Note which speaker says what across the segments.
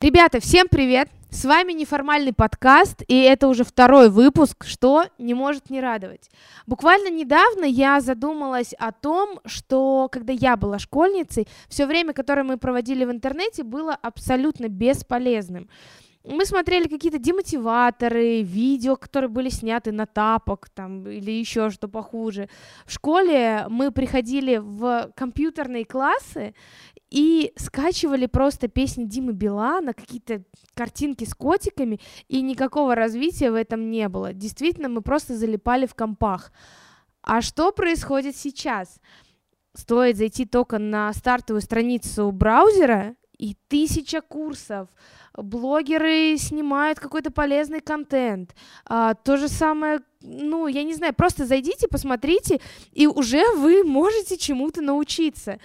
Speaker 1: Ребята, всем привет! С вами неформальный подкаст, и это уже второй выпуск, что не может не радовать. Буквально недавно я задумалась о том, что когда я была школьницей, все время, которое мы проводили в интернете, было абсолютно бесполезным. Мы смотрели какие-то демотиваторы, видео, которые были сняты на тапок там, или еще что похуже. В школе мы приходили в компьютерные классы и скачивали просто песни Димы Билана, какие-то картинки с котиками, и никакого развития в этом не было. Действительно, мы просто залипали в компах. А что происходит сейчас? Стоит зайти только на стартовую страницу браузера, и тысяча курсов. Блогеры снимают какой-то полезный контент. А, то же самое, ну, я не знаю, просто зайдите, посмотрите, и уже вы можете чему-то научиться.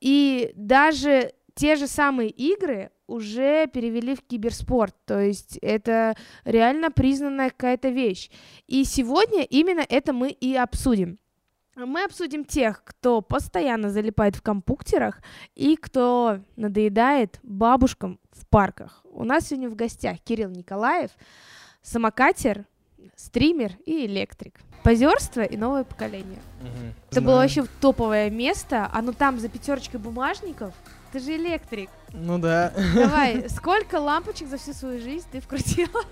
Speaker 1: И даже те же самые игры уже перевели в киберспорт, то есть это реально признанная какая-то вещь. И сегодня именно это мы и обсудим. Мы обсудим тех, кто постоянно залипает в компьютерах и кто надоедает бабушкам в парках. У нас сегодня в гостях Кирилл Николаев, самокатер, стример и электрик. Позерство и новое поколение.
Speaker 2: Мгм.
Speaker 1: Это
Speaker 2: Знаю.
Speaker 1: было вообще топовое место. Оно там за пятерочкой бумажников. Ты же электрик.
Speaker 2: Ну да.
Speaker 1: Давай, сколько лампочек за всю свою жизнь ты вкрутила?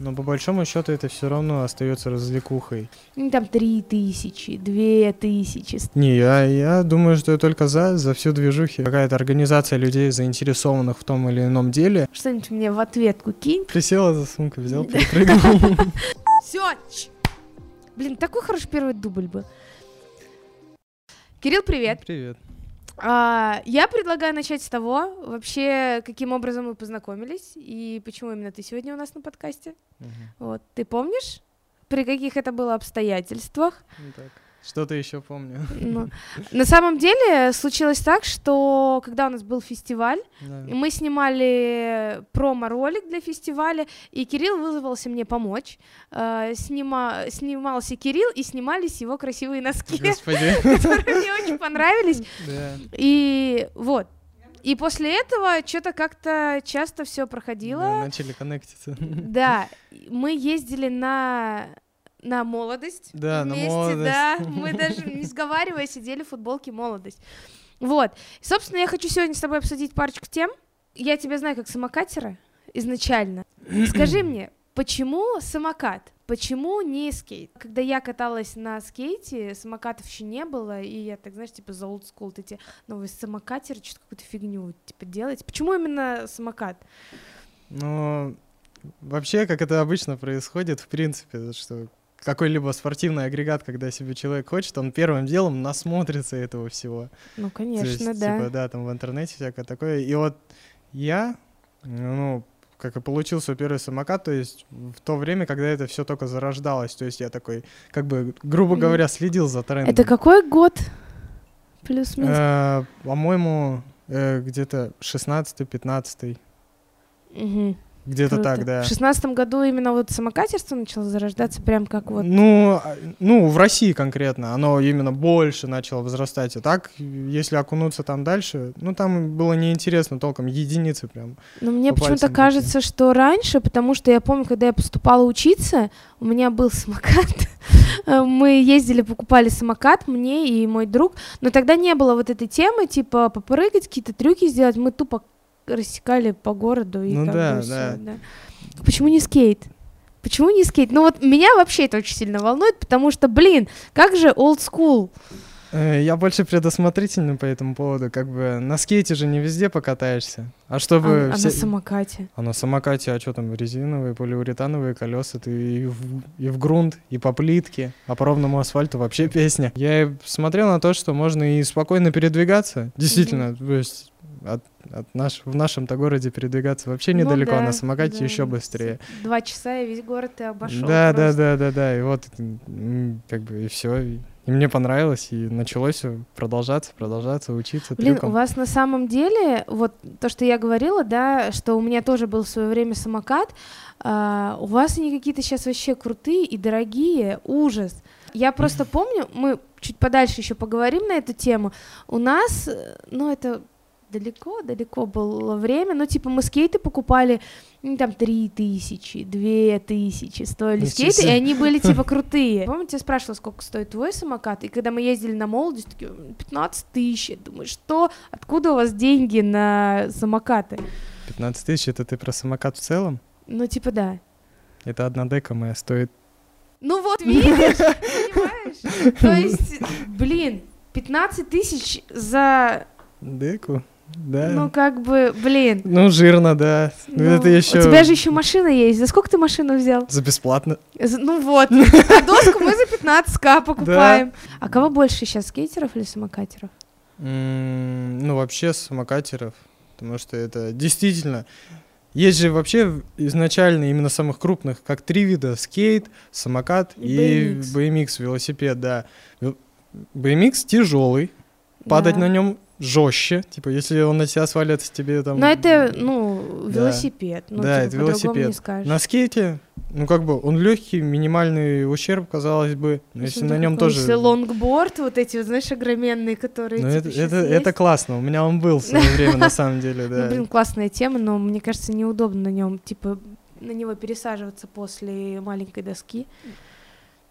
Speaker 2: Но по большому счету это все равно остается развлекухой.
Speaker 1: Ну, Там три тысячи, две тысячи.
Speaker 2: Не, я, я думаю, что я только за, за всю движухи. Какая-то организация людей, заинтересованных в том или ином деле.
Speaker 1: Что-нибудь мне в ответку кинь.
Speaker 2: Присела за сумку, взял, перепрыгнул.
Speaker 1: Все. Блин, такой хороший первый дубль был. Кирилл, привет.
Speaker 2: Привет.
Speaker 1: А, я предлагаю начать с того, вообще, каким образом мы познакомились и почему именно ты сегодня у нас на подкасте. Вот, ты помнишь, при каких это было обстоятельствах?
Speaker 2: Ну Что-то еще помню.
Speaker 1: Ну, на самом деле случилось так, что когда у нас был фестиваль,
Speaker 2: Да.
Speaker 1: мы снимали промо-ролик для фестиваля, и Кирилл вызвался мне помочь. Э, снима- Снимался Кирилл, и снимались его красивые носки,
Speaker 2: Господи.
Speaker 1: которые мне очень понравились.
Speaker 2: Да.
Speaker 1: И вот. И после этого что-то как-то часто все проходило.
Speaker 2: Да, Начали коннектиться.
Speaker 1: Да, и мы ездили на на молодость.
Speaker 2: Да, на
Speaker 1: вместе,
Speaker 2: молодость.
Speaker 1: Да, мы даже не сговаривая сидели в футболке молодость. Вот. И, собственно, я хочу сегодня с тобой обсудить парочку тем. Я тебя знаю как самокатера изначально. Скажи мне, почему самокат? Почему не скейт? Когда я каталась на скейте, самокатов еще не было, и я так, знаешь, типа за old school, вот эти новые самокатеры, что-то какую-то фигню типа делать. Почему именно самокат?
Speaker 2: Ну, вообще, как это обычно происходит, в принципе, что какой-либо спортивный агрегат, когда себе человек хочет, он первым делом насмотрится этого всего.
Speaker 1: Ну,
Speaker 2: То
Speaker 1: конечно,
Speaker 2: есть,
Speaker 1: да.
Speaker 2: Типа, да, там в интернете всякое такое. И вот я, ну, как и получил свой первый самокат, то есть в то время, когда это все только зарождалось, то есть я такой, как бы, грубо
Speaker 1: Мгм.
Speaker 2: говоря, следил за трендом.
Speaker 1: Это какой год? Плюс-минус.
Speaker 2: Э, По-моему, э, где-то 16-15,
Speaker 1: Мгм.
Speaker 2: где-то
Speaker 1: Круто.
Speaker 2: так, да.
Speaker 1: В шестнадцатом году именно вот самокатерство начало зарождаться прям как вот...
Speaker 2: Ну, а, ну, в России конкретно оно именно больше начало возрастать. А так, если окунуться там дальше, ну, там было неинтересно толком, единицы прям.
Speaker 1: Но Ну, мне
Speaker 2: по
Speaker 1: почему-то
Speaker 2: пальцам такие.
Speaker 1: кажется, что раньше, потому что я помню, когда я поступала учиться, у меня был самокат. Мы ездили, покупали самокат, мне и мой друг. Но тогда не было вот этой темы, типа попрыгать, какие-то трюки сделать. Мы тупо рассекали по городу и
Speaker 2: Ну
Speaker 1: как
Speaker 2: да,
Speaker 1: бы всё,
Speaker 2: да.
Speaker 1: да. Почему не скейт? Почему не скейт? Ну вот меня вообще это очень сильно волнует, потому что, блин, как же old school?
Speaker 2: Э, Я больше предусмотрительный по этому поводу. Как бы на скейте же не везде покатаешься. А
Speaker 1: А-
Speaker 2: чтобы...
Speaker 1: а
Speaker 2: все-
Speaker 1: на самокате.
Speaker 2: А на самокате, а что там, резиновые, полиуретановые колеса, ты и в, и в грунт, и по плитке, а по ровному асфальту вообще песня. Я и смотрел на то, что можно и спокойно передвигаться, действительно, то есть от, от наш, в нашем-то городе передвигаться вообще
Speaker 1: Ну
Speaker 2: недалеко, а
Speaker 1: да,
Speaker 2: на самокате
Speaker 1: да.
Speaker 2: еще быстрее.
Speaker 1: Два часа и весь город ты обошел.
Speaker 2: да, да, да, да, да, и вот м, как бы и все, и, и мне понравилось, и началось всё продолжаться, продолжаться, учиться
Speaker 1: Блин,
Speaker 2: трюкам.
Speaker 1: у вас на самом деле, вот то, что я говорила, да, что у меня тоже был в свое время самокат, а, у вас они какие-то сейчас вообще крутые и дорогие, ужас. Я просто помню, мы чуть подальше еще поговорим на эту тему. У нас, э, ну это далеко-далеко было время, ну, типа, мы скейты покупали, ну, там, три тысячи, две тысячи стоили
Speaker 2: Ничего
Speaker 1: скейты, и
Speaker 2: себе.
Speaker 1: они были, типа, крутые. Помните, я спрашивала, сколько стоит твой самокат, и когда мы ездили на молодость, такие, 15 тысяч, я думаю, что, откуда у вас деньги на самокаты?
Speaker 2: 15 тысяч, это ты про самокат в целом?
Speaker 1: Ну, типа, да.
Speaker 2: Это одна дека моя стоит.
Speaker 1: Ну вот, видишь, понимаешь? То есть, блин, 15 тысяч за,
Speaker 2: Деку? Да.
Speaker 1: ну,
Speaker 2: Ну,
Speaker 1: как бы, блин.
Speaker 2: жирно, да. Ну,
Speaker 1: Ну,
Speaker 2: это еще...
Speaker 1: У тебя же еще машина есть. За сколько ты машину взял?
Speaker 2: За бесплатно.
Speaker 1: За- Ну вот, а доску мы за 15к покупаем. А кого больше сейчас, скейтеров или самокатеров?
Speaker 2: М, Ну, вообще самокатеров, потому что это действительно... Есть же вообще в- изначально именно самых крупных, как три вида, скейт, самокат и
Speaker 1: И BMX.
Speaker 2: BMX, велосипед, да. Вел- BMX тяжелый, падать
Speaker 1: Да.
Speaker 2: на нем жестче, типа если он на тебя свалится, тебе там...
Speaker 1: Но это, ну,
Speaker 2: Да.
Speaker 1: велосипед. Ну,
Speaker 2: Да,
Speaker 1: типа,
Speaker 2: это
Speaker 1: по-другому не
Speaker 2: велосипед.
Speaker 1: скажешь.
Speaker 2: На скейте, ну как бы он легкий, минимальный ущерб, казалось бы, но
Speaker 1: Ну,
Speaker 2: если
Speaker 1: смотри,
Speaker 2: на нем
Speaker 1: какой-нибудь
Speaker 2: тоже...
Speaker 1: лонгборд, вот эти, вот, знаешь, огроменные, которые...
Speaker 2: Ну,
Speaker 1: типа,
Speaker 2: это,
Speaker 1: щас
Speaker 2: это,
Speaker 1: есть.
Speaker 2: это классно, у меня он был в свое время, на самом деле,
Speaker 1: Ну,
Speaker 2: да.
Speaker 1: блин, классная тема, но мне кажется, неудобно на нем, типа, на него пересаживаться после маленькой доски.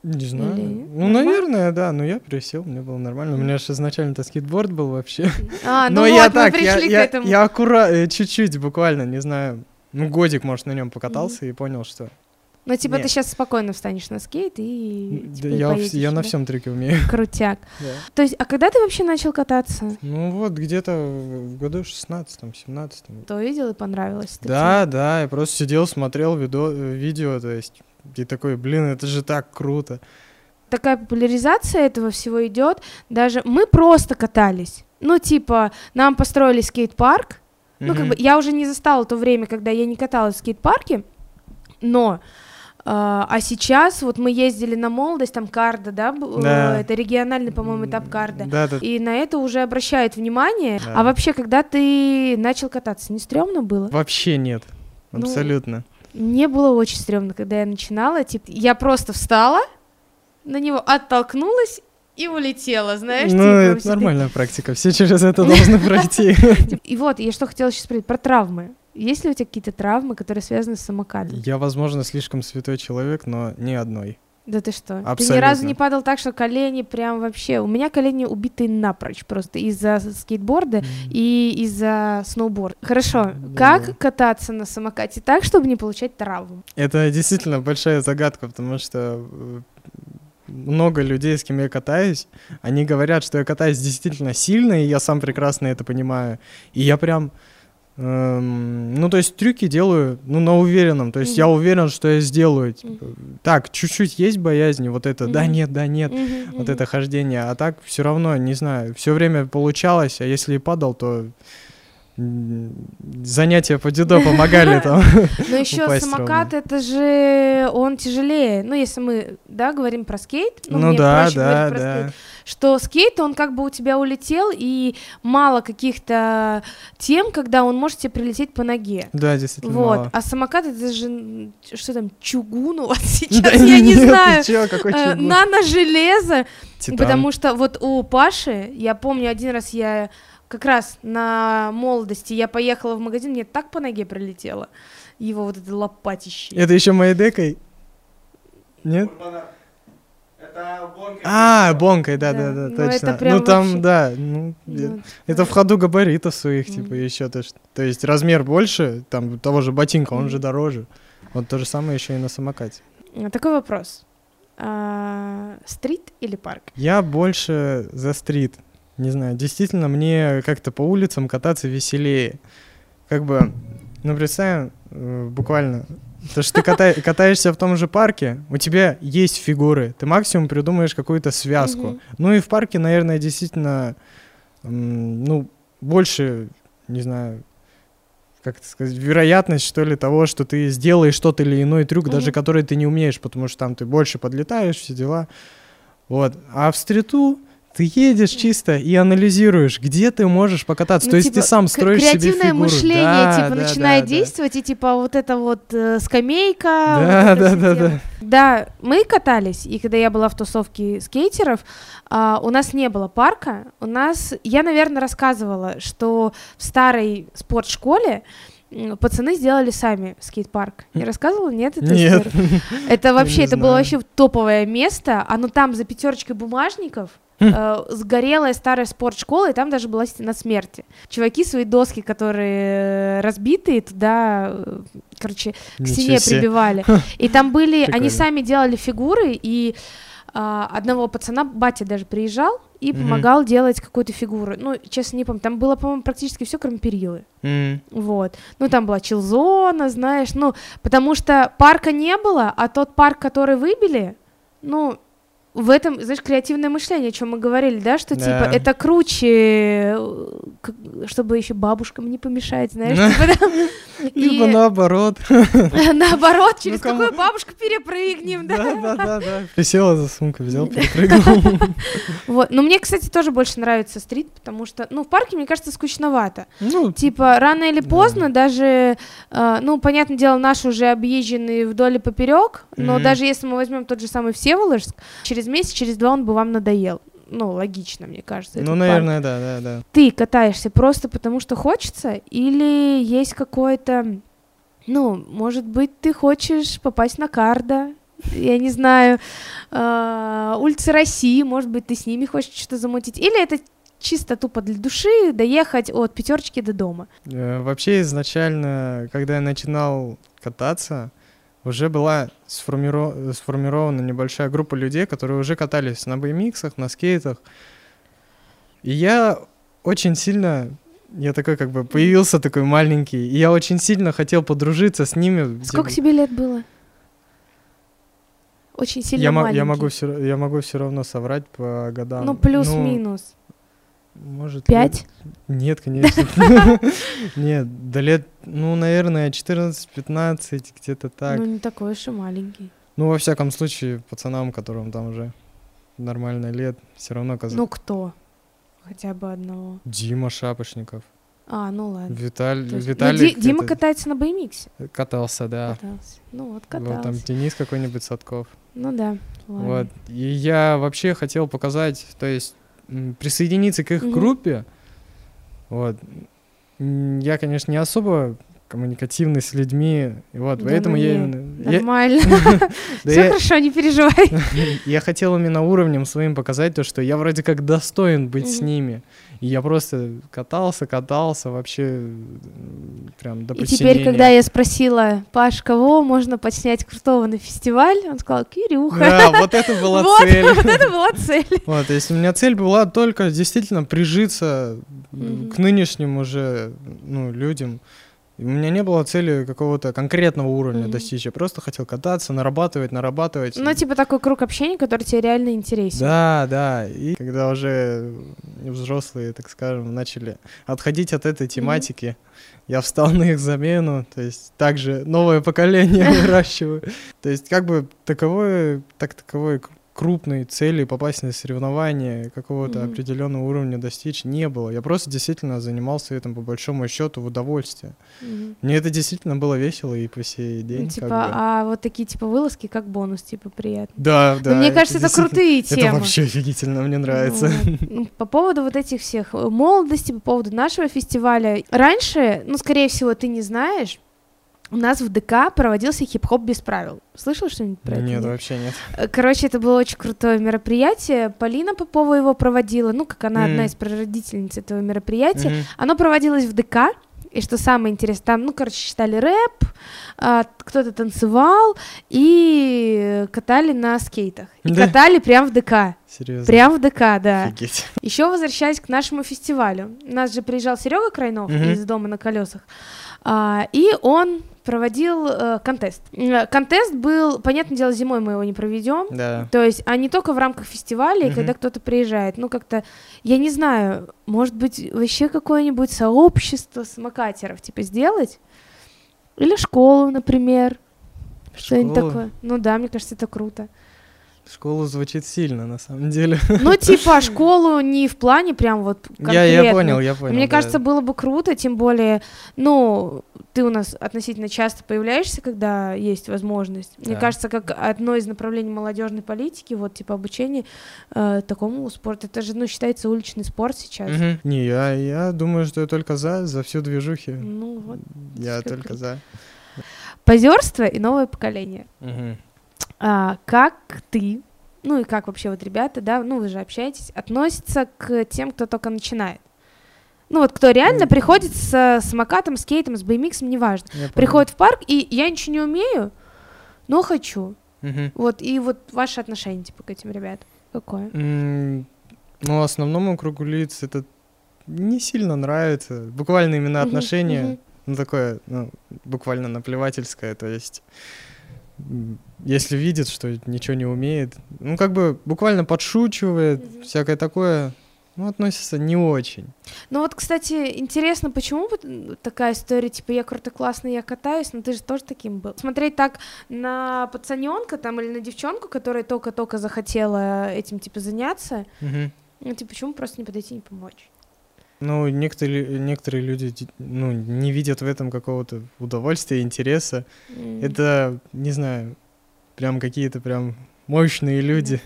Speaker 2: Не знаю.
Speaker 1: Или
Speaker 2: Ну,
Speaker 1: нормально?
Speaker 2: наверное, да. Но я пересел, мне было нормально. У меня же изначально-то скейтборд был вообще.
Speaker 1: А, ну
Speaker 2: Но
Speaker 1: вот,
Speaker 2: я
Speaker 1: мы
Speaker 2: так, я,
Speaker 1: пришли к
Speaker 2: я,
Speaker 1: этому.
Speaker 2: я аккуратно, чуть-чуть буквально, не знаю, ну, годик, может, на нем покатался и понял, что
Speaker 1: Но типа ты
Speaker 2: Нет.
Speaker 1: сейчас спокойно встанешь на скейт и...
Speaker 2: м, да
Speaker 1: типа, и
Speaker 2: я, вс-
Speaker 1: поедешь,
Speaker 2: я на
Speaker 1: да?
Speaker 2: всем трюке умею.
Speaker 1: Крутяк.
Speaker 2: Да.
Speaker 1: То есть, а когда ты вообще начал кататься?
Speaker 2: Ну, вот где-то в в году 16 17
Speaker 1: То видел и понравилось? Ты
Speaker 2: Да, да, я просто сидел, смотрел видо- видео, то есть, и такой, блин, это же так круто.
Speaker 1: такая популяризация этого всего идет. Даже мы просто катались. Ну, типа, нам построили скейт-парк. Ну, как
Speaker 2: Мгм.
Speaker 1: бы я уже не застала то время, когда я не каталась в скейт-парке, но э, а сейчас вот мы ездили на молодость, там карда, да, б- э,
Speaker 2: Да.
Speaker 1: это региональный, по-моему, этап карда.
Speaker 2: Да, да.
Speaker 1: И на это уже обращают внимание.
Speaker 2: Да.
Speaker 1: А вообще, когда ты начал кататься, не стрёмно было?
Speaker 2: Вообще нет.
Speaker 1: Ну,
Speaker 2: Абсолютно.
Speaker 1: Мне было очень стрёмно, когда я начинала. Типа, я просто встала, на него оттолкнулась и улетела, знаешь?
Speaker 2: ну,
Speaker 1: типа,
Speaker 2: это
Speaker 1: всё
Speaker 2: нормальная практика. Все через это должны пройти.
Speaker 1: такие. И вот, я что хотела сейчас спросить, про травмы. Есть ли у тебя какие-то травмы, которые связаны с самокатом?
Speaker 2: Я, возможно, слишком святой человек, но ни одной.
Speaker 1: Да ты что? Ты ни
Speaker 2: Абсолютно.
Speaker 1: разу не падал так, что колени прям вообще... У меня колени убиты напрочь просто из-за скейтборда и из-за сноуборда. Хорошо,
Speaker 2: Да.
Speaker 1: как кататься на самокате так, чтобы не получать травм?
Speaker 2: Это действительно большая загадка, потому что э, много людей, с кем я катаюсь, они говорят, что я катаюсь действительно сильно, и я сам прекрасно это понимаю. И я прям... эм, ну, то есть трюки делаю, ну, на уверенном. То есть я
Speaker 1: Мгм.
Speaker 2: уверен, что я сделаю. типа, так, чуть-чуть есть боязни, вот это, да,
Speaker 1: Мгм.
Speaker 2: нет, да, нет.
Speaker 1: Мгм,
Speaker 2: вот
Speaker 1: мгм.
Speaker 2: это хождение. А так все равно, не знаю, все время получалось, а если и падал, то м, занятия по дедо помогали там.
Speaker 1: Но еще
Speaker 2: упасть
Speaker 1: самокат, это же он тяжелее. Ну, если мы, да, говорим про скейт, ну,
Speaker 2: Ну
Speaker 1: мне
Speaker 2: да,
Speaker 1: проще
Speaker 2: да,
Speaker 1: говорить про скейт,
Speaker 2: да.
Speaker 1: что скейт, он как бы у тебя улетел, и мало каких-то тем, когда он может тебе прилететь по ноге.
Speaker 2: Да, действительно.
Speaker 1: Вот,
Speaker 2: мало.
Speaker 1: а самокат это же, м, что там, чугун у вас
Speaker 2: Да
Speaker 1: сейчас, я не
Speaker 2: нет, ты
Speaker 1: знаю,
Speaker 2: чё, какой
Speaker 1: Э,
Speaker 2: чугун?
Speaker 1: нано-железо,
Speaker 2: Титан.
Speaker 1: потому что вот у Паши, я помню, один раз я как раз на молодости, я поехала в магазин, мне так по ноге прилетело, его вот это лопатище.
Speaker 2: Это еще моей декой? Нет? А, бонкой, да, да,
Speaker 1: Да,
Speaker 2: да,
Speaker 1: ну это
Speaker 2: точно.
Speaker 1: прям
Speaker 2: Ну
Speaker 1: вообще-
Speaker 2: там, да, ну,
Speaker 1: Ну,
Speaker 2: это в ходу габаритов своих, типа,
Speaker 1: Мгм.
Speaker 2: еще то, что. То есть размер больше, там, того же ботинка, он
Speaker 1: Мгм.
Speaker 2: же дороже. Вот то же самое еще и на самокате.
Speaker 1: э, Такой вопрос. А, Стрит или парк?
Speaker 2: Я больше за стрит. Не знаю, действительно, мне как-то по улицам кататься веселее. Как бы, ну, представим, э, буквально, то, что ты ката- катаешься в том же парке, у тебя есть фигуры, ты максимум придумаешь какую-то связку.
Speaker 1: Мгм.
Speaker 2: Ну и в парке, наверное, действительно, м, ну, больше, не знаю, как это сказать, вероятность, что ли, того, что ты сделаешь тот или иной трюк, даже
Speaker 1: Мгм.
Speaker 2: который ты не умеешь, потому что там ты больше подлетаешь, все дела. Вот. А в стриту Ты едешь чисто и анализируешь, где ты можешь покататься.
Speaker 1: Ну,
Speaker 2: То есть
Speaker 1: типа,
Speaker 2: ты сам
Speaker 1: к-
Speaker 2: строишь себе
Speaker 1: Креативное
Speaker 2: фигуру.
Speaker 1: мышление,
Speaker 2: Да,
Speaker 1: типа,
Speaker 2: да,
Speaker 1: начинает
Speaker 2: да, да.
Speaker 1: действовать, и типа вот эта вот э, скамейка. вот
Speaker 2: Да,
Speaker 1: это
Speaker 2: да,
Speaker 1: а всё
Speaker 2: да,
Speaker 1: дело.
Speaker 2: да.
Speaker 1: Да, мы катались, и когда я была в тусовке скейтеров, а, у нас не было парка. У нас, я, наверное, рассказывала, что в старой спортшколе м, пацаны сделали сами скейт-парк. Не рассказывала? Нет? эту
Speaker 2: Хм. Нет.
Speaker 1: историю? Это вообще,
Speaker 2: не
Speaker 1: это было
Speaker 2: знаю.
Speaker 1: вообще топовое место. Оно там за пятерочкой бумажников.
Speaker 2: Хм.
Speaker 1: э, Сгорелая старая спортшкола, и там даже была стена смерти. Чуваки свои доски, которые разбитые, туда, э, короче, к
Speaker 2: Ничего
Speaker 1: стене
Speaker 2: себе.
Speaker 1: прибивали. И там были, они
Speaker 2: Прикольно.
Speaker 1: сами делали фигуры, и а, одного пацана, батя даже приезжал и
Speaker 2: Мгм.
Speaker 1: помогал делать какую-то фигуру. Ну, честно, не помню, там было, по-моему, практически все, кроме перилы.
Speaker 2: М.
Speaker 1: Вот. Ну, там была чилзона, знаешь, ну, потому что парка не было, а тот парк, который выбили, ну, в этом, знаешь, креативное мышление, о чем мы говорили, да, что
Speaker 2: Да.
Speaker 1: типа это круче, э, как- чтобы еще бабушкам не помешать, знаешь, типа, да.
Speaker 2: Либо
Speaker 1: И
Speaker 2: Ну, наоборот.
Speaker 1: наоборот, через
Speaker 2: кому-
Speaker 1: какую бабушку перепрыгнем, да.
Speaker 2: да, да, да. Присела за сумку, взял, перепрыгнул.
Speaker 1: Вот. Но мне, кстати, тоже больше нравится стрит, потому что, ну, в парке, мне кажется, скучновато.
Speaker 2: Ну,
Speaker 1: Типа, рано или
Speaker 2: Да.
Speaker 1: поздно, даже, э, ну, понятное дело, наши уже объезжены вдоль и поперек, но
Speaker 2: Мгм.
Speaker 1: даже если мы возьмем тот же самый Всеволожск, через месяц, через два он бы вам надоел. Ну, логично, мне кажется. этот
Speaker 2: ну,
Speaker 1: парк.
Speaker 2: наверное, да, да, да.
Speaker 1: Ты катаешься просто потому, что хочется, или есть какое-то, ну, может быть, ты хочешь попасть на карда, я не знаю, э, улицы России, может быть, ты с ними хочешь что-то замутить, или это чисто тупо для души доехать от пятерочки до дома.
Speaker 2: Э, Вообще изначально, когда я начинал кататься, уже была сформиро- э, сформирована небольшая группа людей, которые уже катались на BMX, на скейтах. И я очень сильно, я такой как бы появился такой маленький, и я очень сильно хотел подружиться с ними.
Speaker 1: Сколько
Speaker 2: Типа,
Speaker 1: тебе лет было? Очень сильно
Speaker 2: я, мо-
Speaker 1: маленький.
Speaker 2: я могу все, я могу все равно соврать по годам. Ну,
Speaker 1: Ну, плюс-минус.
Speaker 2: Может, лет-
Speaker 1: Пять?
Speaker 2: Нет, конечно. Нет, до лет, ну, наверное, 14-15, где-то так.
Speaker 1: Ну, не такой уж и маленький.
Speaker 2: Ну, во всяком случае, пацанам, которым там уже нормально лет, все равно казалось.
Speaker 1: Ну, кто? Хотя бы одного.
Speaker 2: Дима Шапошников,
Speaker 1: А, ну ладно.
Speaker 2: Виталь...
Speaker 1: То есть- ну,
Speaker 2: Виталик
Speaker 1: Ди- Дима
Speaker 2: этот
Speaker 1: катается на BMX.
Speaker 2: катался, да.
Speaker 1: Катался. Ну вот,
Speaker 2: Вот
Speaker 1: катался.
Speaker 2: там Денис какой-нибудь Садков.
Speaker 1: Ну да, ладно.
Speaker 2: Вот. И я вообще хотел показать, то есть м, присоединиться к их
Speaker 1: Мгм.
Speaker 2: группе. Вот. М, Я, конечно, не особо коммуникативный с людьми, и вот,
Speaker 1: Да ну
Speaker 2: поэтому я,
Speaker 1: не,
Speaker 2: именно- я-
Speaker 1: Нормально.
Speaker 2: да
Speaker 1: Все
Speaker 2: я-
Speaker 1: хорошо, не переживай.
Speaker 2: Я хотел именно уровнем своим показать то, что я вроде как достоин быть с
Speaker 1: Мгм.
Speaker 2: ними. И я просто катался, катался вообще м, прям до
Speaker 1: И теперь,
Speaker 2: посинения.
Speaker 1: когда я спросила, Паш, кого можно подснять крутого на фестиваль, он сказал, Кирюха.
Speaker 2: Да, вот это была
Speaker 1: Вот,
Speaker 2: цель.
Speaker 1: Вот это была цель.
Speaker 2: Вот, то есть у меня цель была только действительно прижиться
Speaker 1: Мгм.
Speaker 2: м, к нынешним уже ну, людям. И У меня не было цели какого-то конкретного уровня
Speaker 1: Мгм.
Speaker 2: достичь. Я просто хотел кататься, нарабатывать, нарабатывать.
Speaker 1: Ну, типа такой круг общения, который тебе реально интересен.
Speaker 2: Да, да. И когда уже взрослые, так скажем, начали отходить от этой тематики, я встал на их замену, то есть также новое поколение выращиваю. То есть как бы таковой, так таковой к- крупной цели попасть на соревнования, какого-то
Speaker 1: Мгм.
Speaker 2: определенного уровня достичь не было. Я просто действительно занимался этим по большому счету в удовольствие.
Speaker 1: Мгм.
Speaker 2: Мне это действительно было весело и по сей
Speaker 1: Ну,
Speaker 2: день. как
Speaker 1: типа,
Speaker 2: бы.
Speaker 1: а вот такие типа вылазки, как бонус, типа, приятно.
Speaker 2: Да, да.
Speaker 1: Но Ну, мне кажется, это
Speaker 2: действительно-
Speaker 1: крутые темы.
Speaker 2: Это вообще офигительно, мне нравится.
Speaker 1: Вот. Ну, По поводу вот этих всех э, молодости, по поводу нашего фестиваля. Раньше, ну, скорее всего, ты не знаешь, у нас в ДК проводился хип-хоп без правил. Слышал что-нибудь про это?
Speaker 2: Нет, вообще нет.
Speaker 1: Э, Короче, это было очень крутое мероприятие. Полина Попова его проводила, ну, как она
Speaker 2: Мгм.
Speaker 1: одна из прародительниц этого мероприятия.
Speaker 2: Мгм.
Speaker 1: Оно проводилось в ДК, и что самое интересное, там, ну, короче, читали рэп, а, кто-то танцевал и э, катали на скейтах. И
Speaker 2: Да.
Speaker 1: катали прям в ДК.
Speaker 2: Серьезно.
Speaker 1: Прям а, в ДК, да.
Speaker 2: Офигеть.
Speaker 1: Еще возвращаясь к нашему фестивалю. У нас же приезжал Серега Крайнов
Speaker 2: Мгм.
Speaker 1: из дома на колесах, а, и он проводил э, контест. М, Контест был, понятное дело, зимой мы его не проведем.
Speaker 2: Да.
Speaker 1: То есть, а не только в рамках фестиваля, и
Speaker 2: Мгм.
Speaker 1: когда кто-то приезжает. Ну, как-то, я не знаю, может быть, вообще какое-нибудь сообщество самокатеров, типа, сделать? Или школу, например. Что-нибудь
Speaker 2: Школу?
Speaker 1: такое. Ну да, мне кажется, это круто.
Speaker 2: Школа звучит сильно, на самом деле.
Speaker 1: Ну, типа, школу не в плане прям вот конкретно.
Speaker 2: Я, я понял, я понял.
Speaker 1: Мне
Speaker 2: да.
Speaker 1: кажется, было бы круто, тем более, ну, ты у нас относительно часто появляешься, когда есть возможность. Мне
Speaker 2: Да.
Speaker 1: кажется, как одно из направлений молодежной политики, вот типа обучение э, такому спорту, это же, ну, считается уличный спорт сейчас.
Speaker 2: Мгм. Не, я, я думаю, что я только за, за всю движухи.
Speaker 1: Ну вот.
Speaker 2: Я
Speaker 1: всё
Speaker 2: только
Speaker 1: круто.
Speaker 2: за.
Speaker 1: Позерство и новое поколение.
Speaker 2: Мгм.
Speaker 1: А, как ты, ну и как вообще вот ребята, да, ну вы же общаетесь, относятся к тем, кто только начинает? Ну вот кто реально
Speaker 2: Мгм.
Speaker 1: приходит с самокатом, скейтом, с BMX, неважно.
Speaker 2: Я понял.
Speaker 1: Приходит в парк, и я ничего не умею, но хочу.
Speaker 2: Мгм.
Speaker 1: Вот, и вот ваше отношение, типа, к этим ребятам какое?
Speaker 2: М, Ну, основному кругу лиц это не сильно нравится. Буквально именно
Speaker 1: Мгм,
Speaker 2: отношения.
Speaker 1: мгм.
Speaker 2: Ну, такое, ну, буквально наплевательское, то есть... м, Если видит, что ничего не умеет, ну, как бы буквально подшучивает,
Speaker 1: Мгм.
Speaker 2: всякое такое, ну, относится не очень.
Speaker 1: Ну вот, кстати, интересно, почему вот такая история, типа, я круто классный, я катаюсь, но ты же тоже таким был. Смотреть так на пацаненка там или на девчонку, которая только-только захотела этим, типа, заняться,
Speaker 2: Мгм.
Speaker 1: ну, ты почему просто не подойти и не помочь?
Speaker 2: Ну, некоторые, некоторые люди ди- ну, не видят в этом какого-то удовольствия, интереса.
Speaker 1: М,
Speaker 2: Это, не знаю, прям какие-то прям мощные люди.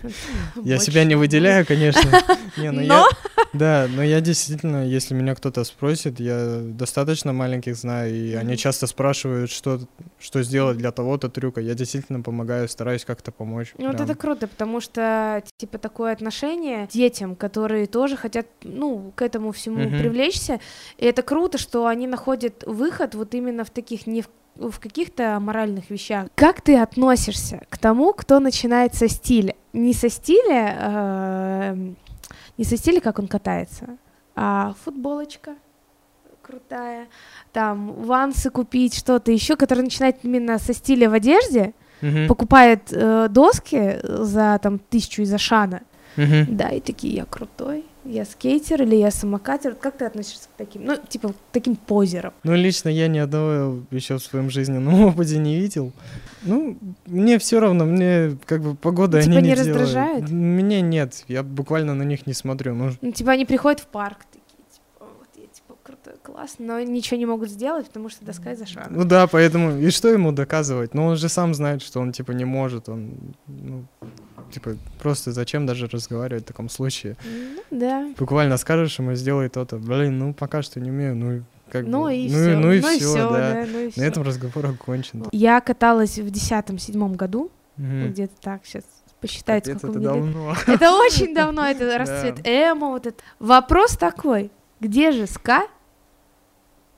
Speaker 2: Я
Speaker 1: мочь.
Speaker 2: себя не выделяю, конечно. Не, ну я-
Speaker 1: Но?
Speaker 2: Да, но я действительно, если меня кто-то спросит, я достаточно маленьких знаю, и они
Speaker 1: Мгм.
Speaker 2: часто спрашивают, что, что сделать для того-то трюка. Я действительно помогаю, стараюсь как-то помочь.
Speaker 1: Ну, вот
Speaker 2: прям.
Speaker 1: это круто, потому что, типа, такое отношение к детям, которые тоже хотят, ну, к этому всему
Speaker 2: Мгм.
Speaker 1: привлечься, и это круто, что они находят выход вот именно в таких, не в, в каких-то моральных вещах. Как ты относишься к тому, кто начинает со стиля? Не со стиля, эм, не со стиля, как он катается, а футболочка крутая, там, вансы купить, что-то еще, который начинает именно со стиля в одежде,
Speaker 2: Мгм.
Speaker 1: покупает э, доски за там тысячу из Ашана,
Speaker 2: Мгм.
Speaker 1: да, и такие, я крутой, я скейтер или я самокатер, Вот как ты относишься к таким, ну, типа, к таким позерам?
Speaker 2: Ну, лично я ни одного еще в своем жизненном опыте не видел. Ну, мне все равно, мне как бы погода
Speaker 1: Тебя
Speaker 2: они
Speaker 1: не
Speaker 2: делают.
Speaker 1: раздражает?
Speaker 2: Меня нет, я буквально на них не смотрю. Ну,
Speaker 1: Ну, типа, они приходят в парк, такие, типа, вот я, типа, крутой, класс, но ничего не могут сделать, потому что доска из Ашана.
Speaker 2: ну да, поэтому, и что ему доказывать? Ну, он же сам знает, что он, типа, не может, он, ну, типа, просто зачем даже разговаривать в таком случае?
Speaker 1: Ну, да.
Speaker 2: Буквально скажешь ему, сделай то-то, блин, ну, пока что не умею, ну, и как
Speaker 1: Ну
Speaker 2: бы,
Speaker 1: и,
Speaker 2: ну,
Speaker 1: все.
Speaker 2: ну и все, да.
Speaker 1: ну и всё.
Speaker 2: На этом разговор окончен.
Speaker 1: Я каталась в 10-7 году,
Speaker 2: Мгм.
Speaker 1: где-то так сейчас посчитать,
Speaker 2: Капец,
Speaker 1: сколько
Speaker 2: это
Speaker 1: мне лет.
Speaker 2: давно.
Speaker 1: Это очень давно, это расцвет эмо, вот это. Вопрос такой, где же ска?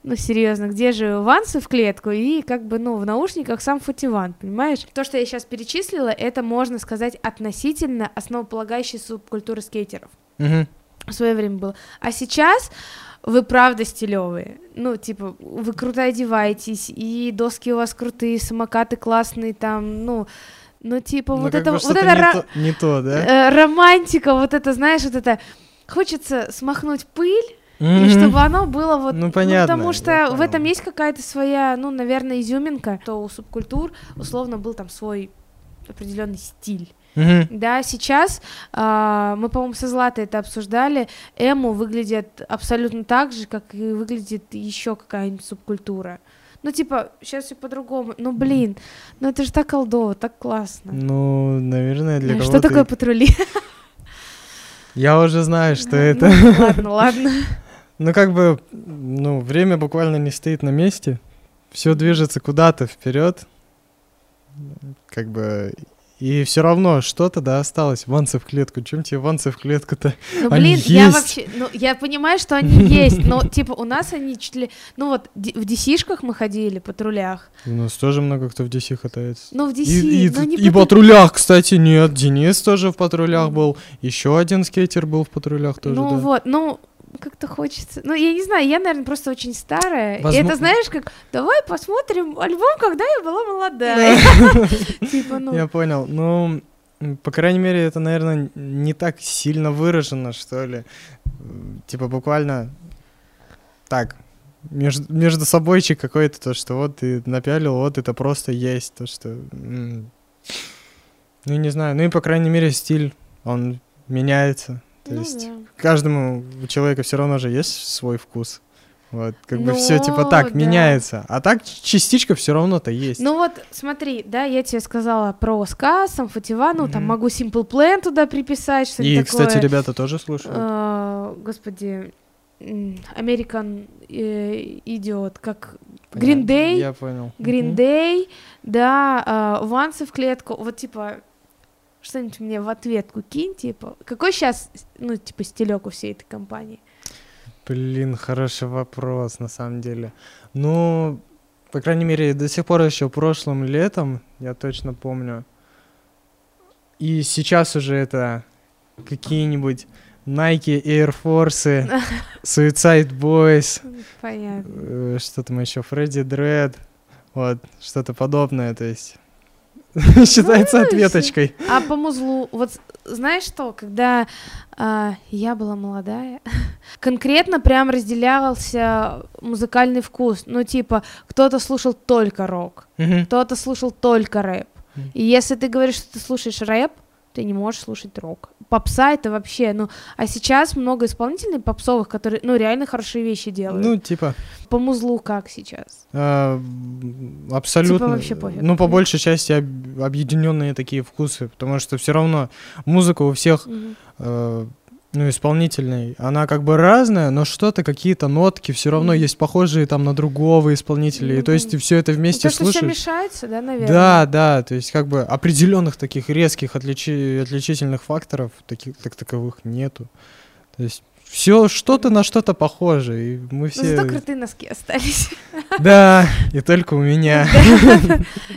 Speaker 1: Ну, серьезно, где же вансы в клетку и как бы, ну, в наушниках сам футиван, понимаешь? То, что я сейчас перечислила, это, можно сказать, относительно основополагающей субкультуры скейтеров.
Speaker 2: Мгм.
Speaker 1: В свое время было. А сейчас вы правда стилевые. Ну, типа, вы круто одеваетесь, и доски у вас крутые, самокаты классные там, ну, ну, типа,
Speaker 2: Ну,
Speaker 1: вот
Speaker 2: как
Speaker 1: это,
Speaker 2: бы
Speaker 1: вот
Speaker 2: что-то
Speaker 1: это
Speaker 2: не
Speaker 1: ра-
Speaker 2: то- не то, да?
Speaker 1: э, романтика, вот это, знаешь, вот это хочется смахнуть пыль, и
Speaker 2: Мгм.
Speaker 1: Э, чтобы оно было вот...
Speaker 2: Ну, понятно,
Speaker 1: потому
Speaker 2: я
Speaker 1: что в
Speaker 2: понял.
Speaker 1: этом есть какая-то своя, ну, наверное, изюминка, то у субкультур условно был там свой определенный стиль.
Speaker 2: Мгм.
Speaker 1: Да, сейчас а, мы, по-моему, со Златой это обсуждали. Эмо выглядит абсолютно так же, как и выглядит еще какая-нибудь субкультура. Ну, типа, сейчас все по-другому. Ну, блин, ну это же так колдово, так классно.
Speaker 2: Ну, наверное, для
Speaker 1: Что
Speaker 2: кого-то-
Speaker 1: такое патрули?
Speaker 2: Я уже знаю, что это.
Speaker 1: Ну, ладно, ладно.
Speaker 2: Ну, как бы, ну, время буквально не стоит на месте. Все движется куда-то вперед. Как бы. И все равно что-то, да, осталось. Ванцы в клетку. Чем тебе ванцы в клетку-то?
Speaker 1: Ну,
Speaker 2: Они
Speaker 1: блин, я
Speaker 2: есть.
Speaker 1: вообще, ну, я понимаю, что они есть, но, типа, у нас они чуть ли, ну, вот, ди- в DC-шках мы ходили, патрулях,
Speaker 2: У нас тоже много кто в DC катается.
Speaker 1: ну, в DC,
Speaker 2: И, и-
Speaker 1: но не
Speaker 2: и
Speaker 1: патру-
Speaker 2: патрулях, кстати, нет. Денис тоже в патрулях был. Еще один скейтер был в патрулях тоже,
Speaker 1: Ну,
Speaker 2: да.
Speaker 1: вот, ну, как-то хочется, ну, я не знаю, я, наверное, просто очень старая, и
Speaker 2: Возможно-
Speaker 1: это, знаешь, как, давай посмотрим альбом, когда я была молодая, типа,
Speaker 2: Я
Speaker 1: ну,
Speaker 2: понял. Ну, м, по крайней мере, это, наверное, не так сильно выражено, что ли. М, Типа буквально так, между, между собойчик какой-то, то, что вот ты напялил, вот это просто есть, то, что... м, Ну, не знаю. Ну и, по крайней мере, стиль, он меняется. То
Speaker 1: Ну
Speaker 2: есть
Speaker 1: да.
Speaker 2: каждому человеку все равно же есть свой вкус. Вот, как бы все типа
Speaker 1: Ну,
Speaker 2: так
Speaker 1: да.
Speaker 2: меняется. А так частичка все равно-то есть.
Speaker 1: Ну вот, смотри, да, я тебе сказала про ска, Самфативану, там
Speaker 2: Мгм.
Speaker 1: могу Simple Plan туда приписать, что-то
Speaker 2: и,
Speaker 1: такое.
Speaker 2: кстати, ребята тоже слушают.
Speaker 1: Э, Господи, м, American э, идет, как Green
Speaker 2: Понятно.
Speaker 1: Day,
Speaker 2: Я понял.
Speaker 1: Green
Speaker 2: Мгм.
Speaker 1: Day, да, Вансы в клетку, вот типа что-нибудь мне в ответку кинь, типа, какой сейчас, ну, типа, стилек у всей этой компании?
Speaker 2: Блин, хороший вопрос, на самом деле. Ну, по крайней мере, до сих пор еще прошлым летом, я точно помню. И сейчас уже это какие-нибудь Nike, Air Force, Suicide Boys,
Speaker 1: Понятно.
Speaker 2: э, что там еще, Фредди Дред, вот, что-то подобное, то есть считается
Speaker 1: Ну,
Speaker 2: ответочкой.
Speaker 1: А по музлу, вот с- знаешь что, когда а, я была молодая, конкретно прям разделялся музыкальный вкус. Ну, типа, кто-то слушал только рок,
Speaker 2: Мгм.
Speaker 1: кто-то слушал только рэп.
Speaker 2: Мгм.
Speaker 1: И если ты говоришь, что ты слушаешь рэп, ты не можешь слушать рок. Попса это вообще, ну, а сейчас много исполнителей попсовых, которые, ну, реально хорошие вещи делают.
Speaker 2: Ну, типа,
Speaker 1: по музлу как сейчас?
Speaker 2: А, м, Абсолютно.
Speaker 1: Типа, вообще пофиг.
Speaker 2: Ну, по большей части объединенные такие вкусы, потому что все равно музыка у всех,
Speaker 1: Мгм.
Speaker 2: э, ну, исполнительной, она как бы разная, но что-то, какие-то нотки все равно
Speaker 1: Мгм.
Speaker 2: есть похожие там на другого исполнителя, и то есть
Speaker 1: Мгм.
Speaker 2: ты все это
Speaker 1: Ну,
Speaker 2: вместе
Speaker 1: то, что все
Speaker 2: слушаешь.
Speaker 1: мешается, да, наверное?
Speaker 2: Да, да, то есть как бы определенных таких резких отличи- отличительных факторов таких как таковых нету. То есть все что-то на что-то похоже, и мы
Speaker 1: Но
Speaker 2: все.
Speaker 1: Ну, зато крутые носки остались.
Speaker 2: Да, и только у меня.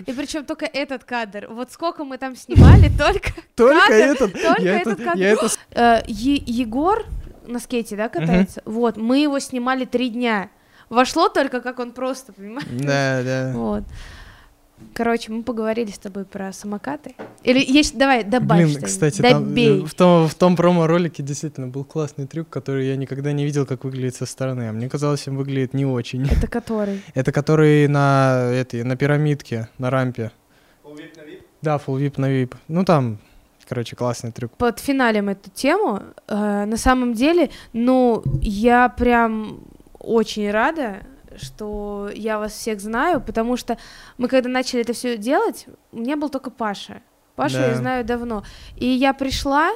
Speaker 1: И причем только этот кадр. Вот сколько мы там снимали, только...
Speaker 2: Только
Speaker 1: Кадр,
Speaker 2: этот.
Speaker 1: только
Speaker 2: я
Speaker 1: этот
Speaker 2: это-
Speaker 1: кадр.
Speaker 2: я это с-
Speaker 1: Э, Е- Егор на скейте, да, катается? Вот, мы его снимали три дня. Вошло только, как он просто, понимаешь?
Speaker 2: Да, да.
Speaker 1: Вот. Короче, мы поговорили с тобой про самокаты. Или есть... Давай, добавь
Speaker 2: Блин,
Speaker 1: что-нибудь.
Speaker 2: кстати, там,
Speaker 1: Добей.
Speaker 2: э, в том, в том промо-ролике действительно был классный трюк, который я никогда не видел, как выглядит со стороны. А мне казалось, он выглядит не очень.
Speaker 1: Это который?
Speaker 2: Это который на этой, на пирамидке, на рампе. Да, full VIP на VIP. Ну там, короче, классный трюк.
Speaker 1: под финалем эту тему. Э, на самом деле, ну, я прям очень рада, что я вас всех знаю, потому что мы, когда начали это все делать, у меня был только Паша. Пашу я
Speaker 2: Да.
Speaker 1: знаю давно. И я пришла,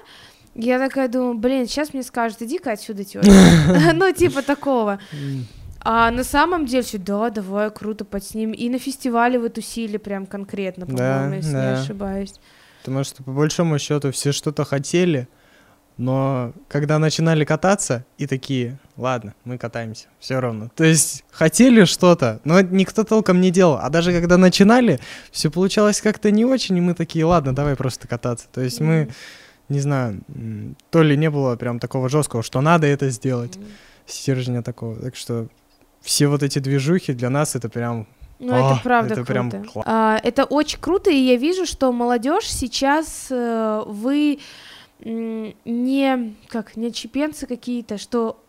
Speaker 1: я такая думаю, блин, сейчас мне скажут, иди-ка отсюда, тетя. Ну, типа такого.
Speaker 2: М,
Speaker 1: А на самом деле все, да, давай, круто, подснимем. И на фестивале вы тусили прям конкретно,
Speaker 2: Да,
Speaker 1: по-моему, если не
Speaker 2: да.
Speaker 1: ошибаюсь.
Speaker 2: Потому что, по большому счету, все что-то хотели, но когда начинали кататься, и такие, ладно, мы катаемся, все равно. То есть хотели что-то, но никто толком не делал. А даже когда начинали, все получалось как-то не очень, и мы такие, ладно, давай просто кататься. То есть мы, не знаю, м, то ли не было прям такого жесткого, что надо это сделать,
Speaker 1: Мгм.
Speaker 2: стержня такого. Так что все вот эти движухи для нас это прям...
Speaker 1: Ну,
Speaker 2: А,
Speaker 1: это правда
Speaker 2: это прям
Speaker 1: круто.
Speaker 2: кла-
Speaker 1: А, это очень круто, и я вижу, что молодежь сейчас э, вы м, не как не чепенцы какие-то, что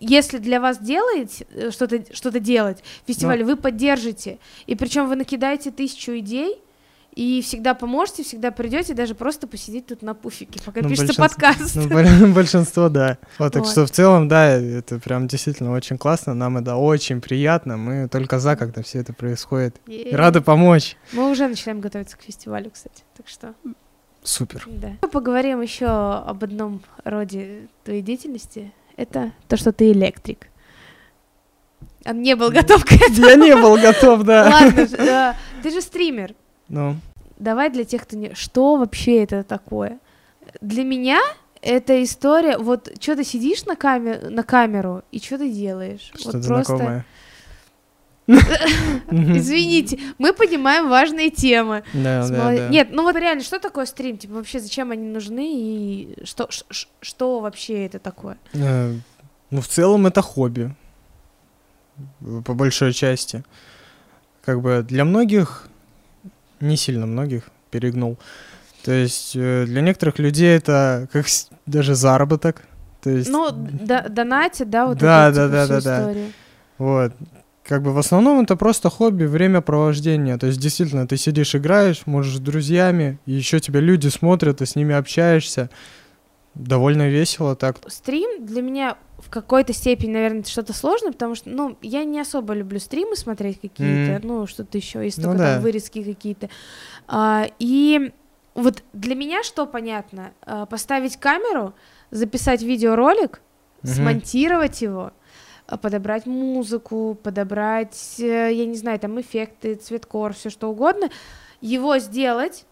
Speaker 1: если для вас делаете э, что-то что-то делать фестиваль,
Speaker 2: Ну.
Speaker 1: вы поддержите, и причем вы накидаете тысячу идей. И всегда поможете, всегда придете, даже просто посидеть тут на пуфике, пока
Speaker 2: Ну,
Speaker 1: пишется
Speaker 2: большинство-
Speaker 1: подкаст.
Speaker 2: ну, боль- большинство, да. Вот, так
Speaker 1: Вот.
Speaker 2: что в целом, да, это прям действительно очень классно. Нам это очень приятно. Мы только за, когда все это происходит. И
Speaker 1: Е-е.
Speaker 2: рады помочь.
Speaker 1: Мы уже начинаем готовиться к фестивалю, кстати. Так что.
Speaker 2: Супер.
Speaker 1: Да. Мы поговорим еще об одном роде твоей деятельности. Это то, что ты электрик. Он не был готов к этому.
Speaker 2: Я не был готов, да.
Speaker 1: Ладно, ж- э, ты же стример.
Speaker 2: Ну,
Speaker 1: Давай для тех, кто не... Что вообще это такое? Для меня это история... Вот что ты сидишь на, каме... на камеру и что ты делаешь? Вот
Speaker 2: что-то
Speaker 1: просто-
Speaker 2: знакомое.
Speaker 1: Извините, мы понимаем важные темы.
Speaker 2: Да,
Speaker 1: С
Speaker 2: да,
Speaker 1: мало-
Speaker 2: да.
Speaker 1: Нет, ну вот реально, что такое стрим? Типа вообще зачем они нужны и что, ш- ш- что вообще это такое?
Speaker 2: Э, Ну, в целом это хобби. э, По большой части. Как бы для многих, не сильно многих, перегнул. То есть э, для некоторых людей это как с- даже заработок. То есть,
Speaker 1: Ну, д- Ну, да- донатят, да, вот
Speaker 2: Да,
Speaker 1: эту,
Speaker 2: да,
Speaker 1: типа,
Speaker 2: да,
Speaker 1: всю
Speaker 2: да, да.
Speaker 1: историю.
Speaker 2: вот. Как бы в основном это просто хобби, времяпровождение. То есть действительно ты сидишь, играешь, можешь с друзьями, и еще тебя люди смотрят, ты с ними общаешься. Довольно весело так.
Speaker 1: Стрим для меня в какой-то степени, наверное, это что-то сложное, потому что, ну, я не особо люблю стримы смотреть какие-то,
Speaker 2: Мгм.
Speaker 1: ну, что-то еще, если
Speaker 2: Ну
Speaker 1: только
Speaker 2: да.
Speaker 1: там вырезки какие-то. А, и вот для меня что понятно? А, поставить камеру, записать видеоролик,
Speaker 2: Мгм.
Speaker 1: смонтировать его, а, подобрать музыку, подобрать, э, я не знаю, там эффекты, цветкор, все что угодно, его сделать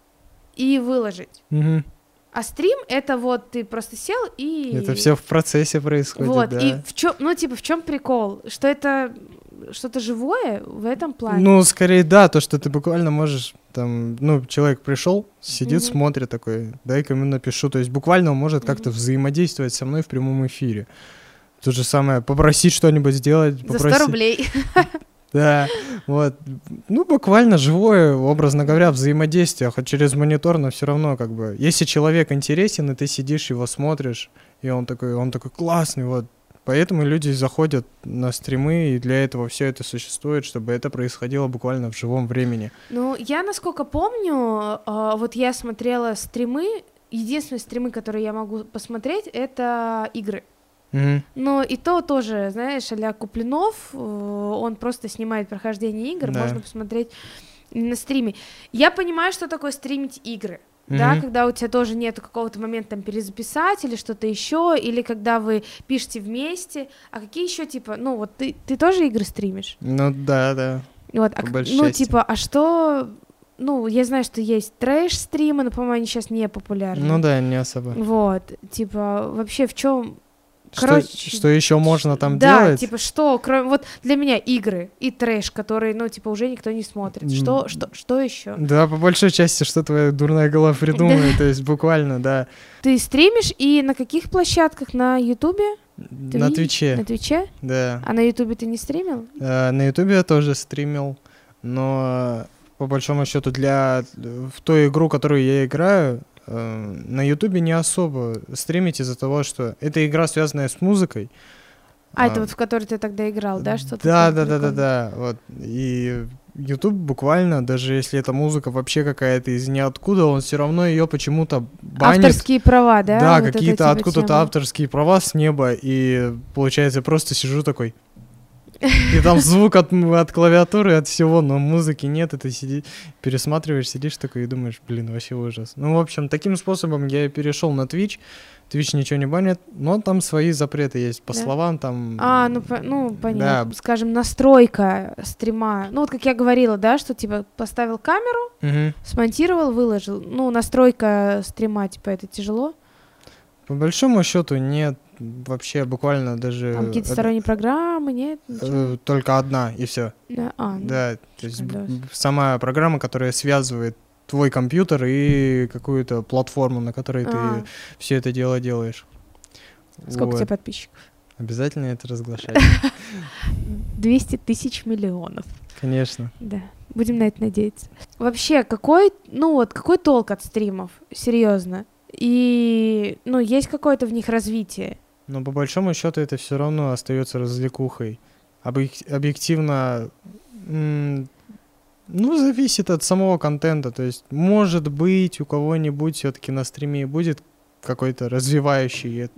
Speaker 1: и выложить.
Speaker 2: Мгм.
Speaker 1: А стрим это вот ты просто сел и
Speaker 2: Это все в процессе происходит,
Speaker 1: вот,
Speaker 2: да.
Speaker 1: и в чем, ну, типа, в чем прикол? Что это что-то живое в этом плане?
Speaker 2: Ну, скорее, да, то, что ты буквально можешь там, ну, человек пришел, сидит,
Speaker 1: Мгм.
Speaker 2: смотрит такой, дай-ка ему напишу. То есть буквально он может как-то взаимодействовать со мной в прямом эфире. То же самое, попросить что-нибудь сделать,
Speaker 1: За
Speaker 2: попросить.
Speaker 1: 100 рублей.
Speaker 2: Да, вот. Ну, буквально живое, образно говоря, взаимодействие, а хоть через монитор, но все равно как бы. Если человек интересен, и ты сидишь, его смотришь, и он такой, он такой классный, вот. Поэтому люди заходят на стримы, и для этого все это существует, чтобы это происходило буквально в живом времени.
Speaker 1: Ну, я, насколько помню, а, вот я смотрела стримы, единственные стримы, которые я могу посмотреть, это игры.
Speaker 2: Мгм.
Speaker 1: Но и то тоже, знаешь, а-ля Куплинов, э, он просто снимает прохождение игр,
Speaker 2: Да.
Speaker 1: можно посмотреть на стриме. Я понимаю, что такое стримить игры. Да,
Speaker 2: Мгм.
Speaker 1: когда у тебя тоже нет какого-то момента там перезаписать или что-то еще, или когда вы пишете вместе. А какие еще типа, ну вот ты, ты тоже игры стримишь?
Speaker 2: Ну да, да.
Speaker 1: Вот, а
Speaker 2: По
Speaker 1: к-
Speaker 2: большей
Speaker 1: ну
Speaker 2: части.
Speaker 1: типа, а что? Ну, я знаю, что есть трэш-стримы, но, по-моему, они сейчас не популярны.
Speaker 2: Ну да, не особо.
Speaker 1: Вот, типа, вообще в чем
Speaker 2: Что,
Speaker 1: короче,
Speaker 2: что еще можно там
Speaker 1: да,
Speaker 2: делать?
Speaker 1: типа что, кроме вот для меня игры и трэш, которые, ну, типа уже никто не смотрит. Что,
Speaker 2: М.
Speaker 1: что, что еще?
Speaker 2: Да, по большой части, что твоя дурная голова придумает, то есть буквально, да.
Speaker 1: Ты стримишь и на каких площадках? На Ютубе,
Speaker 2: На
Speaker 1: Твич,
Speaker 2: Твиче,
Speaker 1: на Твиче?
Speaker 2: да.
Speaker 1: А на Ютубе ты не стримил?
Speaker 2: Э, На Ютубе я тоже стримил, но э, по большому счету для в той игру, которую я играю, э, на Ютубе не особо стримить из-за того, что эта игра связанная с музыкой.
Speaker 1: А, это
Speaker 2: А,
Speaker 1: вот в который ты тогда играл, да, что-то?
Speaker 2: Да, да,
Speaker 1: такое
Speaker 2: да, да,
Speaker 1: прикольное?
Speaker 2: да. Вот. И YouTube буквально, даже если эта музыка вообще какая-то из ниоткуда, он все равно ее почему-то банит.
Speaker 1: Авторские права, А, да? вот эта,
Speaker 2: какие-то
Speaker 1: типа,
Speaker 2: откуда-то
Speaker 1: тема.
Speaker 2: авторские права с неба, и получается, я просто сижу такой. И там звук от, м- от клавиатуры, от всего, но музыки нет, и ты сиди, пересматриваешь, сидишь такой и думаешь, блин, вообще ужас. Ну, в общем, таким способом я и перешел на Twitch. Twitch ничего не банит, но там свои запреты есть по
Speaker 1: Да.
Speaker 2: словам, там...
Speaker 1: А, ну, по- ну понятно. Скажем, настройка стрима. Ну, вот как я говорила, да, что типа поставил камеру,
Speaker 2: Мгм.
Speaker 1: смонтировал, выложил. Ну, настройка стрима, типа, это тяжело.
Speaker 2: По большому счету нет вообще буквально даже...
Speaker 1: Там какие-то
Speaker 2: од-
Speaker 1: сторонние программы, нет? ничего?
Speaker 2: э, Только одна, и все.
Speaker 1: Да, а, ну,
Speaker 2: Да, то есть б-
Speaker 1: шкандос.
Speaker 2: б- сама программа, которая связывает твой компьютер и какую-то платформу, на которой
Speaker 1: А.
Speaker 2: ты все это дело делаешь.
Speaker 1: Сколько у тебя
Speaker 2: Вот.
Speaker 1: подписчиков?
Speaker 2: Обязательно это разглашать,
Speaker 1: 200 тысяч миллионов.
Speaker 2: конечно.
Speaker 1: Да, будем на это надеяться. Вообще, какой, ну вот, какой толк от стримов? Серьезно. И, ну, есть какое-то в них развитие.
Speaker 2: Но по большому счету это все равно остается развлекухой. Объек- Объективно, м, ну, зависит от самого контента. То есть, может быть, у кого-нибудь все-таки на стриме и будет какой-то развивающий э,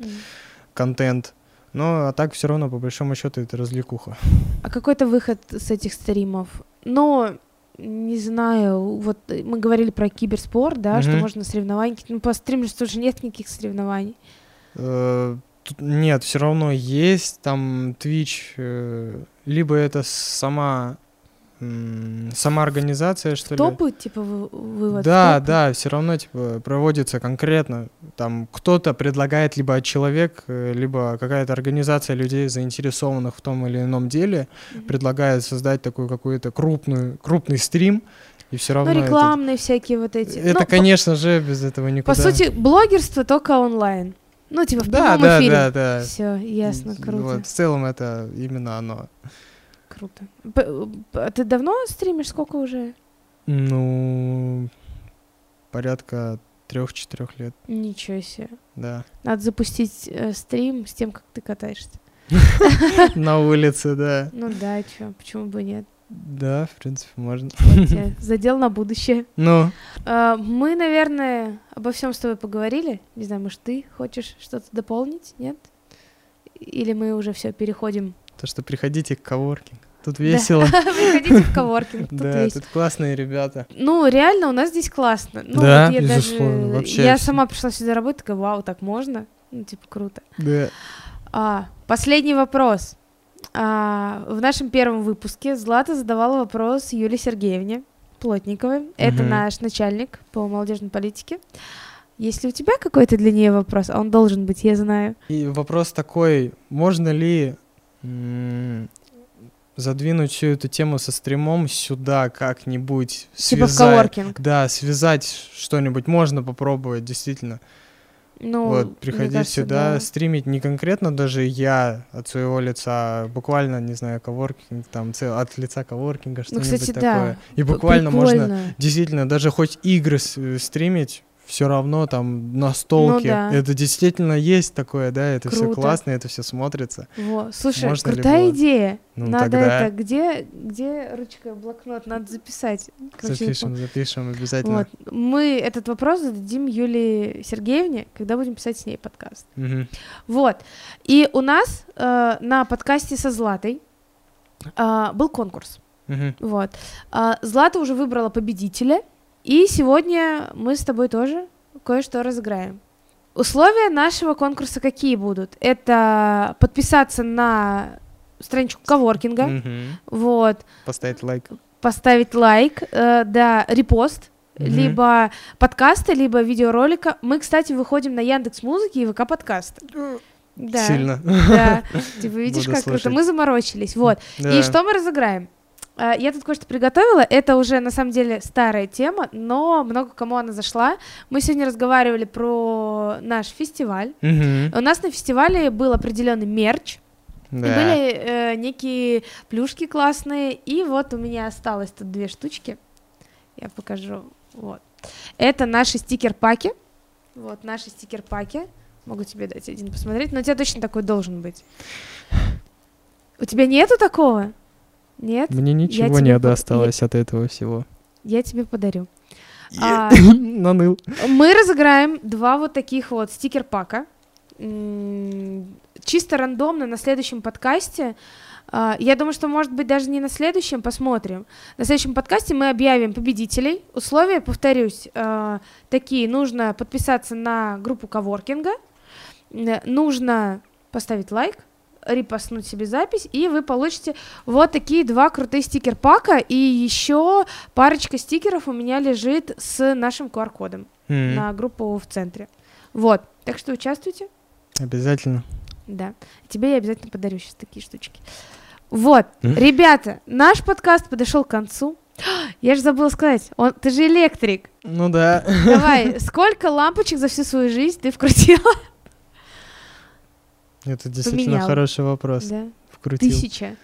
Speaker 2: контент. Но а так все равно, по большому счету, это развлекуха.
Speaker 1: А какой-то выход с этих стримов? Но не знаю, вот э, мы говорили про киберспорт, да, что
Speaker 2: Мгм.
Speaker 1: можно соревнования, какие-то- ну, по стриму же тоже нет никаких соревнований.
Speaker 2: Э, тут- Нет, все равно есть там Twitch, э, либо это сама м, сама организация, что ли.
Speaker 1: Топы, типа, вы- вывод. в
Speaker 2: да,
Speaker 1: топы?
Speaker 2: да, все равно типа проводится конкретно. Там кто-то предлагает либо человек, э, либо какая-то организация людей, заинтересованных в том или ином деле,
Speaker 1: Мгм.
Speaker 2: предлагает создать такую какую-то крупную крупный стрим и все равно
Speaker 1: Ну,
Speaker 2: это-
Speaker 1: рекламные всякие вот эти.
Speaker 2: Это,
Speaker 1: Ну, по-
Speaker 2: конечно же, без этого
Speaker 1: По
Speaker 2: никуда.
Speaker 1: сути, блогерство только онлайн. Ну, типа, в
Speaker 2: да,
Speaker 1: прямом
Speaker 2: да,
Speaker 1: эфире.
Speaker 2: да, да.
Speaker 1: Все, ясно, круто,
Speaker 2: Вот, в целом это именно оно.
Speaker 1: круто. П- п- а ты давно стримишь? Сколько уже?
Speaker 2: Ну, порядка трех-четырех лет,
Speaker 1: Ничего себе.
Speaker 2: да.
Speaker 1: Надо запустить э, стрим с тем, как ты катаешься.
Speaker 2: на улице, да.
Speaker 1: Ну да, чё, почему бы нет?
Speaker 2: Да, в принципе, можно.
Speaker 1: Вот я Задел на будущее.
Speaker 2: Ну,
Speaker 1: А, Мы, наверное, обо всем с тобой поговорили. Не знаю, может, ты хочешь что-то дополнить, нет? Или мы уже все переходим.
Speaker 2: то, что приходите к коворкинг. Тут весело.
Speaker 1: Приходите в коворкинг, тут
Speaker 2: Да,
Speaker 1: весело.
Speaker 2: тут классные ребята.
Speaker 1: Ну, реально, у нас здесь классно. Ну,
Speaker 2: Да,
Speaker 1: вот я даже-
Speaker 2: безусловно, вообще
Speaker 1: Я
Speaker 2: всё.
Speaker 1: сама пришла сюда работать, такая, вау, так можно? Ну, типа, круто.
Speaker 2: Да.
Speaker 1: А, последний вопрос. А, в нашем первом выпуске Злата задавала вопрос Юле Сергеевне Плотниковой. Это
Speaker 2: Мгм.
Speaker 1: наш начальник по молодежной политике. Есть ли у тебя какой-то для нее вопрос? А Он должен быть, я знаю.
Speaker 2: И вопрос такой, можно ли м, задвинуть всю эту тему со стримом сюда как-нибудь?
Speaker 1: Типа в
Speaker 2: Связать,
Speaker 1: коворкинг.
Speaker 2: да, связать что-нибудь можно попробовать, действительно.
Speaker 1: Ну, мне
Speaker 2: вот, приходить
Speaker 1: кажется,
Speaker 2: сюда,
Speaker 1: да.
Speaker 2: стримить не конкретно даже я от своего лица, а буквально, не знаю, коворкинг, там, цел- от лица коворкинга,
Speaker 1: Ну,
Speaker 2: что-нибудь
Speaker 1: кстати,
Speaker 2: такое.
Speaker 1: да.
Speaker 2: И
Speaker 1: П-
Speaker 2: буквально можно
Speaker 1: прикольно.
Speaker 2: действительно даже хоть игры с- э, стримить, все равно там настолки.
Speaker 1: Ну да.
Speaker 2: Это действительно есть такое, да, это все
Speaker 1: Круто.
Speaker 2: классно, это все смотрится.
Speaker 1: Во, Слушай,
Speaker 2: Можно ли
Speaker 1: крутая
Speaker 2: было?
Speaker 1: идея.
Speaker 2: Ну,
Speaker 1: Надо
Speaker 2: тогда-
Speaker 1: это, где, где ручка, блокнот, надо записать. Короче, я
Speaker 2: запишем, запишем обязательно.
Speaker 1: Вот. Мы этот вопрос зададим Юлии Сергеевне, когда будем писать с ней подкаст.
Speaker 2: Мгм.
Speaker 1: Вот. И у нас э, на подкасте со Златой э, был конкурс.
Speaker 2: Мгм.
Speaker 1: Вот. А, Злата уже выбрала победителя, и сегодня мы с тобой тоже кое-что разыграем. Условия нашего конкурса какие будут? Это подписаться на страничку Коворкинга,
Speaker 2: Мгм.
Speaker 1: вот,
Speaker 2: Поставить лайк.
Speaker 1: поставить лайк, э, да, репост,
Speaker 2: Мгм.
Speaker 1: либо подкаста, либо видеоролика. Мы, кстати, выходим на Яндекс Музыки и ВК подкасты. Да.
Speaker 2: Сильно.
Speaker 1: Да. Типа, видишь,
Speaker 2: Буду
Speaker 1: как круто.
Speaker 2: слушать.
Speaker 1: Мы заморочились. Вот.
Speaker 2: Да.
Speaker 1: И что мы разыграем? А, Я тут кое-что приготовила. Это уже на самом деле старая тема, но много кому она зашла. Мы сегодня разговаривали про наш фестиваль.
Speaker 2: Мгм.
Speaker 1: У нас на фестивале был определенный мерч, Э, и
Speaker 2: Да.
Speaker 1: были э, некие плюшки классные, и вот у меня осталось тут две штучки. Я покажу. Вот. Это наши стикер-паки. Вот наши стикер-паки. Могу тебе дать один посмотреть, но у тебя точно такой должен быть. У тебя нету такого? Нет?
Speaker 2: Мне ничего
Speaker 1: тебе
Speaker 2: не
Speaker 1: пок- я-
Speaker 2: досталось от этого всего.
Speaker 1: Я тебе подарю. А,
Speaker 2: Наныл.
Speaker 1: Мы разыграем два вот таких вот стикер-пака. М, Чисто рандомно на следующем подкасте. А, Я думаю, что, может быть, даже не на следующем, посмотрим. На следующем подкасте мы объявим победителей. Условия, повторюсь, э, такие. Нужно подписаться на группу коворкинга, н- нужно поставить лайк, репостнуть себе запись, и вы получите вот такие два крутые стикер-пака, и еще парочка стикеров у меня лежит с нашим QR-кодом
Speaker 2: М,
Speaker 1: на группу в центре. Вот. Так что участвуйте.
Speaker 2: Обязательно.
Speaker 1: Да. Тебе я обязательно подарю сейчас такие штучки. Вот.
Speaker 2: Мгм.
Speaker 1: Ребята, наш подкаст подошел к концу. Я же забыла сказать, он, ты же электрик.
Speaker 2: Ну да.
Speaker 1: Давай, сколько лампочек за всю свою жизнь ты вкрутила?
Speaker 2: Это действительно
Speaker 1: Поменял.
Speaker 2: хороший вопрос.
Speaker 1: Да,
Speaker 2: Вкрутил.
Speaker 1: тысяча.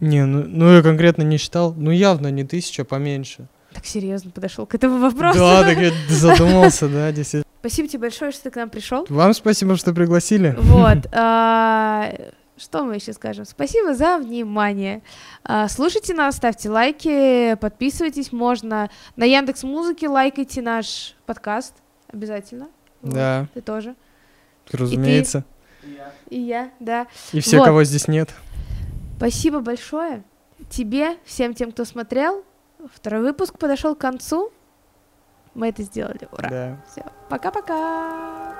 Speaker 2: Не, ну, ну я конкретно не считал. Ну явно не тысяча, поменьше.
Speaker 1: Так серьезно подошел к этому вопросу.
Speaker 2: Да, так я задумался, да, действительно.
Speaker 1: Спасибо тебе большое, что ты к нам пришел.
Speaker 2: Вам спасибо, что пригласили.
Speaker 1: Вот. а, Что мы еще скажем? Спасибо за внимание. А, Слушайте нас, ставьте лайки, подписывайтесь. Можно на Яндекс Музыке лайкайте наш подкаст обязательно. Вот,
Speaker 2: Да,
Speaker 1: Ты тоже.
Speaker 2: разумеется.
Speaker 1: И я, да.
Speaker 2: И все,
Speaker 1: Вот.
Speaker 2: кого здесь нет.
Speaker 1: Спасибо большое тебе, всем тем, кто смотрел. Второй выпуск подошел к концу. Мы это сделали. Ура.
Speaker 2: Да.
Speaker 1: Все. Пока-пока.